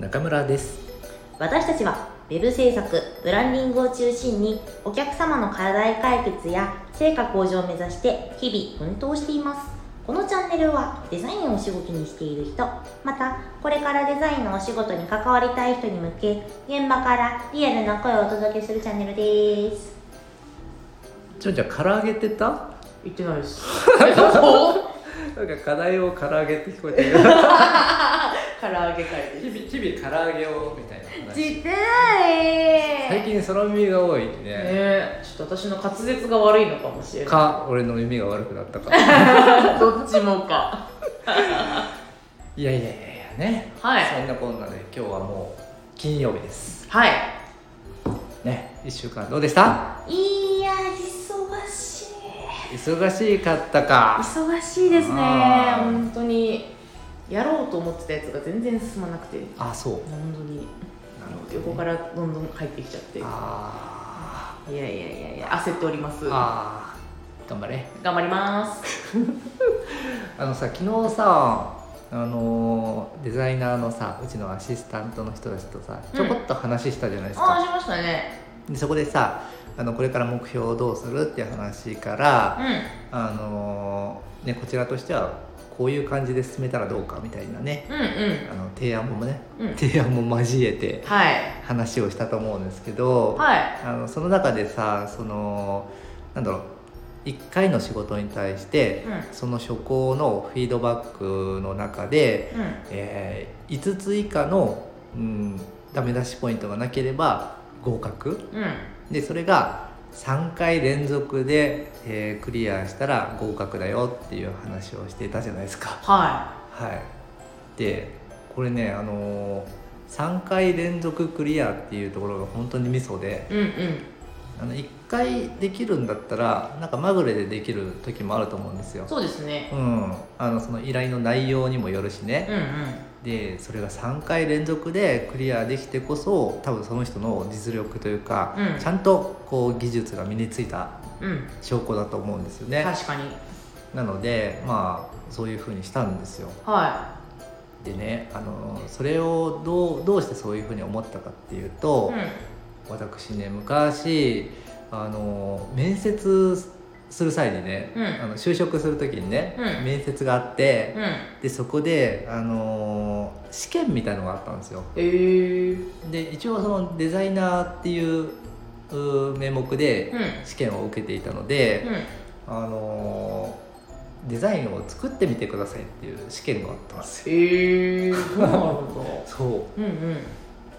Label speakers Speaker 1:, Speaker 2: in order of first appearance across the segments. Speaker 1: 中村です
Speaker 2: 私たちはウェブ制作ブランディングを中心にお客様の課題解決や成果向上を目指して日々奮闘していますこのチャンネルはデザインをお仕事にしている人またこれからデザインのお仕事に関わりたい人に向け現場からリアルな声をお届けするチャンネルです
Speaker 1: ちょんちゃん唐揚げって言った
Speaker 3: 言ってな いです。
Speaker 1: なんか課題を唐揚げって聞こえ てる
Speaker 3: 唐揚げ会です。
Speaker 1: 日々日々唐揚げをみたいな話
Speaker 2: てない
Speaker 1: 最近空耳が多い
Speaker 3: ね
Speaker 1: ね
Speaker 3: え、ちょっと私の滑舌が悪いのかもしれな
Speaker 1: か俺の耳が悪くなったか い
Speaker 3: い。どっちもか。
Speaker 1: やいやいやいやね
Speaker 3: はい
Speaker 1: そんなこんなで今日はもう金曜日です
Speaker 3: はい。
Speaker 1: ね1週間どうでした
Speaker 2: いや忙しい
Speaker 1: 忙しかったか
Speaker 3: 忙しいですね。
Speaker 1: あー
Speaker 3: 本当に。やろうと思ってたやつが全然進まなくて。
Speaker 1: あそう
Speaker 3: 本当に。
Speaker 1: なるほどね
Speaker 3: 横からどんどん入ってきちゃって。い
Speaker 1: あ
Speaker 3: やいやいやいや、焦っております。
Speaker 1: ー
Speaker 3: 頑
Speaker 1: あー頑張れ
Speaker 3: 張ります。
Speaker 1: あのさ昨日さあのーデザイナーのさうちのアシスタントの人たちとさ
Speaker 3: うん
Speaker 1: ちょこっと話したじゃないです
Speaker 3: ああ、
Speaker 1: か、
Speaker 3: しましたね。
Speaker 1: でそこでさあのこれから目標をどうするっていう話から、あのーね、こちらとしてはこういう感じで進めたらどうかみたいなね
Speaker 3: うん。うん
Speaker 1: あの提案もね、
Speaker 3: うん。うん。
Speaker 1: 提案も交えて
Speaker 3: はい。
Speaker 1: 話をしたと思うんですけど、
Speaker 3: はい。
Speaker 1: あのその中でさそのなんだろう1回の仕事に対して、
Speaker 3: うん。
Speaker 1: その初行のフィードバックの中で、
Speaker 3: うん。
Speaker 1: えー5つ以下の、うん、ダメ出しポイントがなければ合格
Speaker 3: うん。
Speaker 1: でそれが3回連続で、えークリアしたら合格だよっていう話をしていたじゃないですか。
Speaker 3: は
Speaker 1: はい、でこれね、あのー3回連続クリアっていうところが本当にミソで
Speaker 3: い。うん。うん。
Speaker 1: あの1回できるんだったらなんかまぐれでできる時もあると思うんですよ。
Speaker 3: そうですね。
Speaker 1: うん、あのその依頼の内容にもよるし
Speaker 3: うん。
Speaker 1: ね、
Speaker 3: うん。
Speaker 1: でそれが3回連続でクリアできてこそ多分その人の実力というか、
Speaker 3: うん
Speaker 1: ちゃんとこう技術が身についた
Speaker 3: うん、
Speaker 1: 証拠だと思うんですよね、
Speaker 3: 確かに。
Speaker 1: なのでまあそういうふうにしたんですよ
Speaker 3: は
Speaker 1: でねあのそれをどうどうしてそういうふうに思ったかっていう
Speaker 3: い。う
Speaker 1: と
Speaker 3: ん、、
Speaker 1: 私ね昔あの面接する際にね、
Speaker 3: うん
Speaker 1: あの就職する時にね、
Speaker 3: うん
Speaker 1: 面接があって、
Speaker 3: うん、
Speaker 1: でそこで、あのー試験みたいのがあったんですよ
Speaker 3: えー、
Speaker 1: で一応そのデザイナーっていううー名目で
Speaker 3: うん、
Speaker 1: 試験を受けていたので、
Speaker 3: うん、
Speaker 1: あのーデザインを作ってみてくださいっていう試験があったんですよ
Speaker 3: えー、 そうなんだ。
Speaker 1: そ
Speaker 3: うん、うん、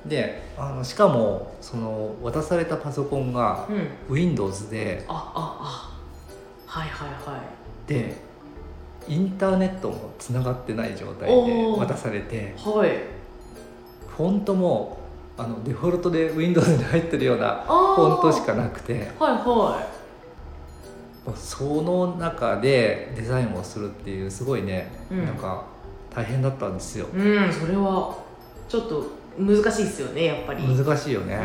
Speaker 1: うであのしかもその渡されたパソコンが
Speaker 3: うん、
Speaker 1: Windows で
Speaker 3: あ、あ、あ。はい、はい、は
Speaker 1: でインターネットもつながってない状態で
Speaker 3: おー
Speaker 1: 渡されて
Speaker 3: い。はい。
Speaker 1: フォントもあのデフォルトで Windows に入ってるような
Speaker 3: ああ。
Speaker 1: フォントし。かなくて
Speaker 3: はい、は
Speaker 1: その中でデザインをするっていうすごいね、
Speaker 3: うん
Speaker 1: なんか大変だったんですよ
Speaker 3: い。うん、それは。ちょっと難しいですよね、やっぱり。
Speaker 1: 難しいよ
Speaker 3: うん、
Speaker 1: ね、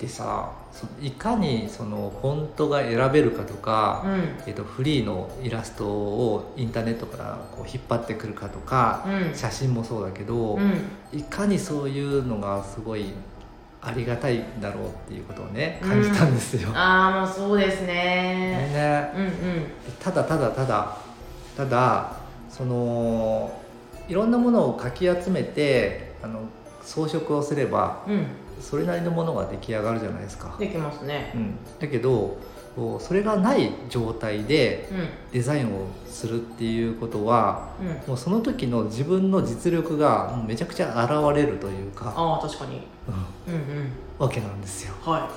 Speaker 1: でさそいかにそのフォントが選べるかと
Speaker 3: う
Speaker 1: か、
Speaker 3: ん、うん、
Speaker 1: えっと、フリーのイラストをインターネットからこう引っ張ってくるかとか、
Speaker 3: うん。
Speaker 1: 写真もそうだけど、
Speaker 3: うん、
Speaker 1: いかにそういうのがすごいありがたいんだろうっていうことをね感じたんですよ、
Speaker 3: ああ、もうそうですね。
Speaker 1: ね
Speaker 3: うん、うん、
Speaker 1: ただただただただそのいろんなものをかき集めてあの装飾をすれば
Speaker 3: うん、
Speaker 1: それなりのものが出来上がるじゃないですか、
Speaker 3: できますね。
Speaker 1: うん、だけどこうそれがない状態で
Speaker 3: うん、
Speaker 1: デザインをするっていうことは
Speaker 3: うん。
Speaker 1: もうその時の自分の実力がもうめちゃくちゃ現れるというか、
Speaker 3: ああ、確かに。
Speaker 1: うん
Speaker 3: うん、うん。
Speaker 1: わけなんですよ
Speaker 3: は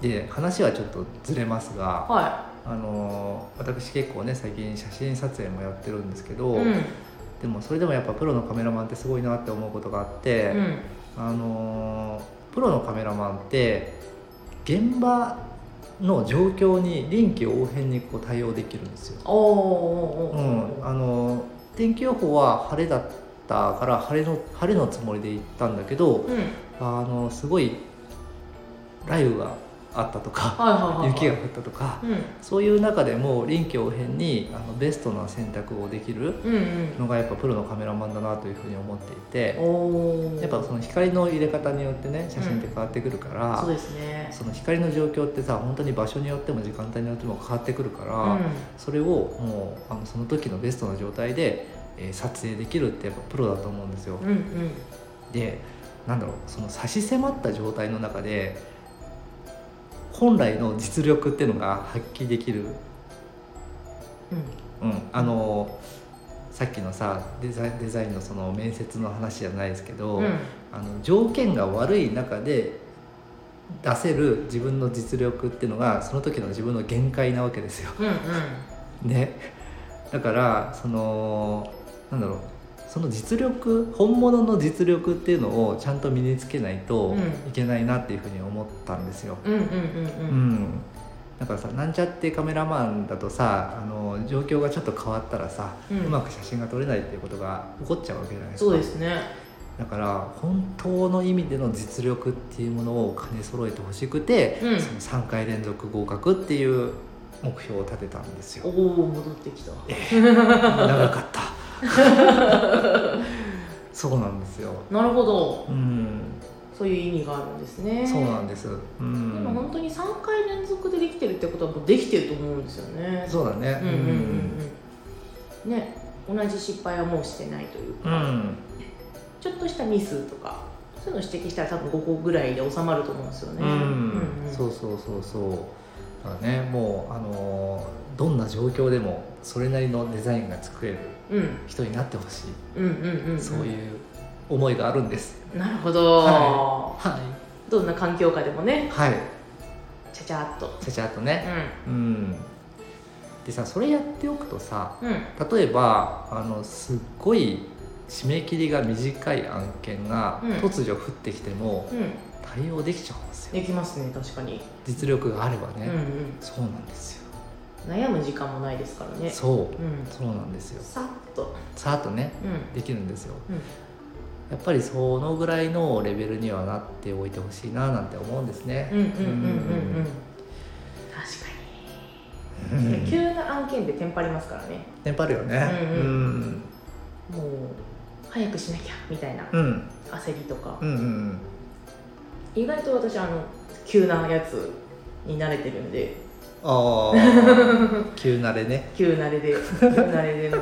Speaker 1: で話はちょっとずれます
Speaker 3: い。
Speaker 1: が、
Speaker 3: は
Speaker 1: あのー私結構ね最近写真撮影もやってるんですけど、
Speaker 3: い。うん。
Speaker 1: でもそれでもやっぱプロのカメラマンってすごいなって思うことがあって、
Speaker 3: うん、
Speaker 1: あのープロのカメラマンって現場の状況に臨機応変にこう対応できるんですよ。
Speaker 3: おーおーお
Speaker 1: う
Speaker 3: ーおー
Speaker 1: ん、あのー天気予報は晴れだったから晴れの晴れのつもりで行ったんだけど、
Speaker 3: うん
Speaker 1: あのーすごい雷雨があったとか
Speaker 3: はいはいはい、はい、
Speaker 1: 雪が降ったとか
Speaker 2: うん
Speaker 1: そういう中でも臨機応変にあのベストな選択をできる
Speaker 2: うんうん
Speaker 1: のがやっぱプロのカメラマンだなというふうに思っていて
Speaker 3: おお
Speaker 1: やっぱその光の入れ方によってね写真って変わってくるから、
Speaker 3: そうですね
Speaker 1: その光の状況ってさ本当に場所によっても時間帯によっても変わってくるから、
Speaker 3: う
Speaker 1: それをもうあのその時のベストな状態で、えー撮影できるってやっぱプロだと思うんですよ。
Speaker 3: んうんうん
Speaker 1: でなんだろうその差し迫った状態の中で本来の実力っていうのが発揮できる、うん、あのさっきのさデザインデザインのその面接の話じゃないですけど、
Speaker 3: うんうん
Speaker 1: あの条件が悪い中で出せる自分の実力っていうのがその時の自分の限界なわけですよ。
Speaker 3: うん
Speaker 1: ね、だからそのなんだろうその実力本物の実力っていうのをちゃんと身につけないと
Speaker 3: うん
Speaker 1: いけないなっていうふうに思ったんですよ。
Speaker 3: うんうんうん
Speaker 1: う
Speaker 3: うん
Speaker 1: ん、だからさなんちゃってカメラマンだとさあの状況がちょっと変わったらさ、
Speaker 3: う
Speaker 1: うんまく写真が撮れないっていうことが起こっちゃうわけじゃないですか。
Speaker 3: そうですね
Speaker 1: だから本当の意味での実力っていうものを兼ね揃えてほしくて、
Speaker 3: うん
Speaker 1: その3回連続合格っていう目標を立てたんです
Speaker 3: お
Speaker 1: よ
Speaker 3: お戻ってきた
Speaker 1: 長かった そうなんですよ
Speaker 3: なるほど
Speaker 1: うん
Speaker 3: そういう意味があるんですね
Speaker 1: そうなんですう
Speaker 3: でも
Speaker 1: ん
Speaker 3: 本当に3回連続でできてるってことはもうできてると思うんですよね
Speaker 1: そうだね
Speaker 3: うんうんうんうんね同じ失敗はもうしてないという
Speaker 1: う
Speaker 3: か、
Speaker 1: んうん
Speaker 3: ちょっとしたミスとかそういうの指摘したら多分5個ぐらいで収まると思うんですよね、
Speaker 1: うん
Speaker 3: うんうん
Speaker 1: そうそうそうそうだからねもうあのーどんな状況でもそれなりのデザインが作れる
Speaker 3: うん
Speaker 1: 人になってほしい、
Speaker 3: うんうんうんん
Speaker 1: そういう思いがあるんです
Speaker 3: なるほど、
Speaker 1: ははい
Speaker 3: どんな環境下でもね
Speaker 1: はい
Speaker 3: ちゃちゃっと
Speaker 1: ちゃちゃっとねうんでさそれやっておくとさ
Speaker 3: うんうん
Speaker 1: 例えばあのすっごい締め切りが短い案件が
Speaker 3: うん
Speaker 1: 突如降ってきても
Speaker 3: うん
Speaker 1: 対応できちゃうんですよ、
Speaker 3: できますね確かに、
Speaker 1: 実力があれば
Speaker 3: う
Speaker 1: ね、
Speaker 3: んうん
Speaker 1: そうなんですよ、
Speaker 3: 悩む時間もないですからね
Speaker 1: そう
Speaker 3: うん
Speaker 1: そうなんですよ
Speaker 3: さっと
Speaker 1: さっとね
Speaker 3: うん
Speaker 1: できるんですよ、
Speaker 3: うん
Speaker 1: やっぱりそのぐらいのレベルにはなっておいてほしいななんて思うんですね、
Speaker 3: うんうんうんうんうん確か
Speaker 1: う
Speaker 3: に、
Speaker 1: ん、
Speaker 3: 急な案件でテンパりますからね
Speaker 1: テンパるよね
Speaker 3: うんう
Speaker 1: うん
Speaker 3: もう早くしなきゃみたいな
Speaker 1: うん
Speaker 3: 焦りとか、
Speaker 1: うんうん
Speaker 3: 意外と私あの急なやつに慣れてるんで
Speaker 1: ああ 急慣れね
Speaker 3: 急慣れで急慣れで もう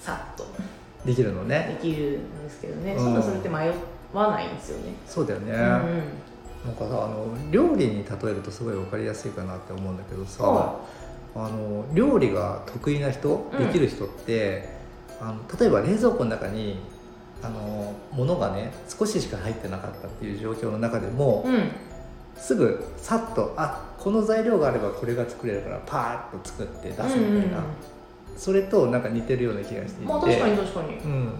Speaker 3: さっと
Speaker 1: できるの
Speaker 3: で
Speaker 1: ね
Speaker 3: きるんですけどね、
Speaker 1: うん
Speaker 3: そんなそれって迷わないんですよね、
Speaker 1: そうだよね、
Speaker 3: う
Speaker 1: なん
Speaker 3: ん
Speaker 1: かさあの料理に例えるとすごい分かりやすいかなって思うんだけどさ、
Speaker 3: は
Speaker 1: あの料理が得意な人
Speaker 3: うん
Speaker 1: できる人って、あの例えば冷蔵庫の中にあの物がね少ししか入ってなかったっていう状況の中でも、
Speaker 3: うん
Speaker 1: すぐさっとあこの材料があればこれが作れるからパーッと作って出すみたいな、それとなんか似てるような気がしていて。
Speaker 3: まあ確かに確かに、
Speaker 1: うん、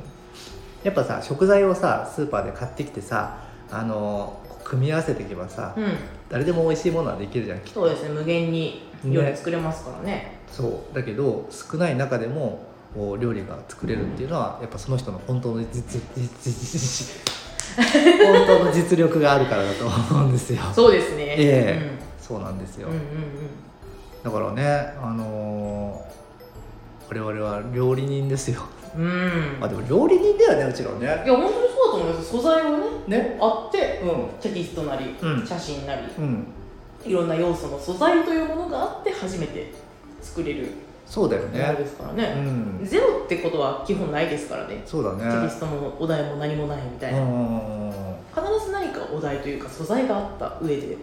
Speaker 1: やっぱさ食材をさスーパーで買ってきてさあのーこう組み合わせていけばさ、
Speaker 3: うん、
Speaker 1: 誰でも美味しいものはできるじゃんきっと
Speaker 3: そうですね無限に料理作れますからね
Speaker 1: そうだけど少ない中でもこう料理が作れるっていうのはやっぱその人の本当の実実実本当の実力があるからだと思うんですよ
Speaker 3: そうですね、
Speaker 1: えそうなんですよ、
Speaker 3: うん、うん
Speaker 1: だからねあのー我々は料理人ですよ
Speaker 3: うんうんうん
Speaker 1: あでも料理人だよねうちら
Speaker 3: い
Speaker 1: ね
Speaker 3: や本当にそうだと思います素材をね
Speaker 1: ね
Speaker 3: あって
Speaker 1: うん
Speaker 3: テキストなり、
Speaker 1: うん
Speaker 3: 写真なり
Speaker 1: うん
Speaker 3: いろんな要素の素材というものがあって初めて作れる
Speaker 1: そうだよ
Speaker 3: もの
Speaker 1: ね
Speaker 3: ですから
Speaker 1: う
Speaker 3: ね、
Speaker 1: ん
Speaker 3: ゼロってことは基本ないですからね
Speaker 1: そうだ
Speaker 3: テキ
Speaker 1: ね
Speaker 3: ストもお題も何もないみたいうな、
Speaker 1: ん
Speaker 3: 必ず何かお題というか素材があった上で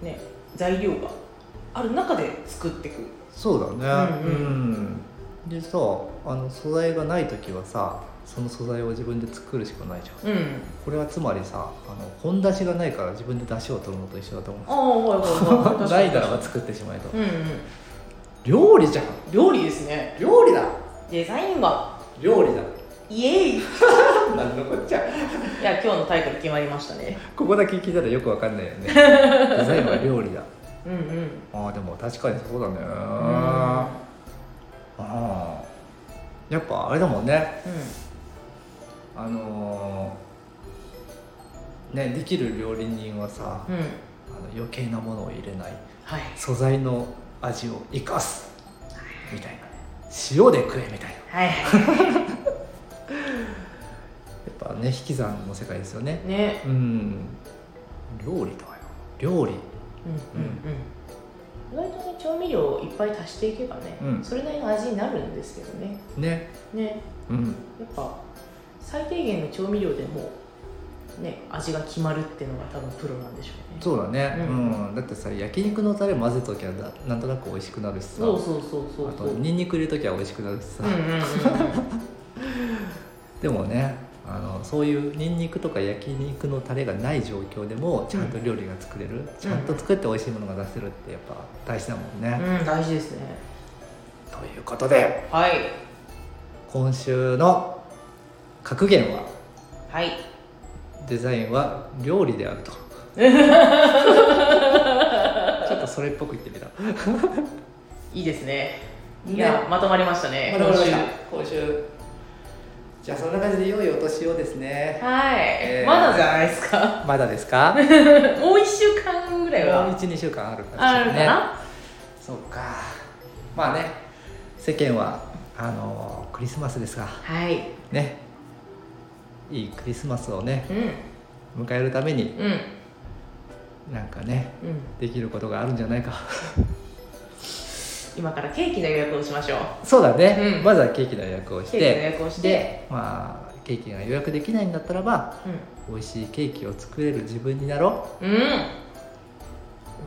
Speaker 3: ね材料がある中で作っていく
Speaker 1: そうだね
Speaker 3: う
Speaker 1: うん、
Speaker 3: うん
Speaker 1: でさあの素材がない時はさその素材を自分で作るしかないじゃん
Speaker 3: うん
Speaker 1: これはつまりさあの本出しがないから自分で出汁を取るのと一緒だと思
Speaker 3: ああはいは いは
Speaker 1: う
Speaker 3: い
Speaker 1: ないから
Speaker 3: 確
Speaker 1: は
Speaker 3: に
Speaker 1: 作ってしまえと
Speaker 3: うん、うん、
Speaker 1: 料理じゃん
Speaker 3: 料理ですね
Speaker 1: 料理だ
Speaker 3: デザインは
Speaker 1: 料理だ
Speaker 3: イエーイい
Speaker 1: 何のこっちゃ
Speaker 3: や今日のタイトル決まりましたね
Speaker 1: ここだけ聞いたらよくわかんない よねデザインは料理だ
Speaker 3: うんうん
Speaker 1: あーでも確かにそうだねあ
Speaker 3: う
Speaker 1: あーやっぱあれだもんね
Speaker 3: ん
Speaker 1: あのーね、できる料理人はさ、
Speaker 3: うん
Speaker 1: あの余計なものを入れない
Speaker 3: はい
Speaker 1: 素材の味を生かすみたいなね塩で食えみたいなや
Speaker 3: は
Speaker 1: っぱね引き算の世界ですよね
Speaker 3: いね
Speaker 1: うん料理だよ料理
Speaker 3: うんうんうん意外とね調味料をいっぱい足していけばね、
Speaker 1: うん
Speaker 3: それなりの味になるんですけどね
Speaker 1: ね
Speaker 3: ね
Speaker 1: うん
Speaker 3: やっぱ最低限の調味料でもね味が決まるっていうのが多分プロなんでしょうね
Speaker 1: そうだね、う
Speaker 3: うんん
Speaker 1: だってさ焼肉のタレ混ぜときゃななんとなく美味しくなるしさ
Speaker 3: そうそうそうそう
Speaker 1: あ
Speaker 3: そ
Speaker 1: と
Speaker 3: ううんうん
Speaker 1: ニンニク入れときゃ美味しくなるしさ、
Speaker 3: うんうん
Speaker 1: でもねあのそういうニンニクとか焼肉のタレがない状況でもちゃんと料理が作れる、ちゃんと作って美味しいものが出せるってやっぱ大事だもんね、
Speaker 3: うん大事ですね
Speaker 1: ということで
Speaker 3: はい
Speaker 1: 今週の格言は
Speaker 3: はい
Speaker 1: デザインは料理である とちょっとそれっぽく言ってみた
Speaker 3: いいですねい
Speaker 1: ね
Speaker 3: やまとまりましたね今週
Speaker 1: 今週じゃあそんな感じで良いお年をですね
Speaker 3: はい、
Speaker 1: えー
Speaker 3: まだじゃないですか
Speaker 1: まだですかもう
Speaker 3: もう1週間ぐらいは
Speaker 1: 12週間あるから
Speaker 3: あるかな、
Speaker 1: そうかまあね世間はあのークリスマスですが
Speaker 3: はい
Speaker 1: ねいいクリスマスをね
Speaker 3: う
Speaker 1: 迎えるために
Speaker 3: んうん
Speaker 1: なんかね
Speaker 3: うん
Speaker 1: できることがあるんじゃないか
Speaker 3: 今からケーキの予約をしましょう
Speaker 1: そうだね、
Speaker 3: うん
Speaker 1: まずはケーキの予約をし
Speaker 3: ケーキの予
Speaker 1: て
Speaker 3: 約をして
Speaker 1: でまあケーキが予約できないんだったらば美味しいケーキを作れる自分になろ
Speaker 3: うんうん今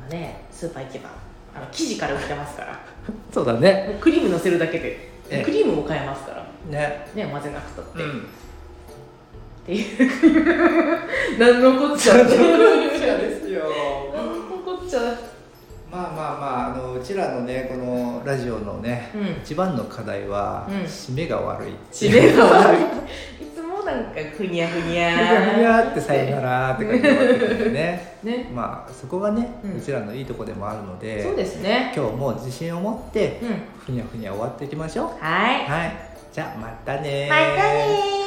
Speaker 3: ねスーパー行けばあの生地から売ってますから
Speaker 1: うそうだね
Speaker 3: もうクリーム乗せるだけで
Speaker 1: ええ
Speaker 3: クリームも買えますから
Speaker 1: ね
Speaker 3: ね混ぜなくたって、
Speaker 1: う
Speaker 3: っ
Speaker 1: ん
Speaker 3: ていう何のこっちゃ
Speaker 1: ですよ
Speaker 3: 何のこっちゃ
Speaker 1: まあまあまああのうちらのねこのラジオのね、
Speaker 3: うん
Speaker 1: 一番の課題は、
Speaker 3: うん
Speaker 1: 締めが悪い
Speaker 3: 締めが悪いいつもなんかふにゃふにゃ
Speaker 1: ふにゃーってさよならーって感じになってくるんでね
Speaker 3: ね
Speaker 1: まあそこがね、う
Speaker 3: うん
Speaker 1: ちらのいいとこでもあるので
Speaker 3: そうですね
Speaker 1: 今日も自信を持って
Speaker 3: うん
Speaker 1: ふにゃふにゃ終わっていきましょう
Speaker 3: はい
Speaker 1: はいじゃあまたねー
Speaker 2: またねー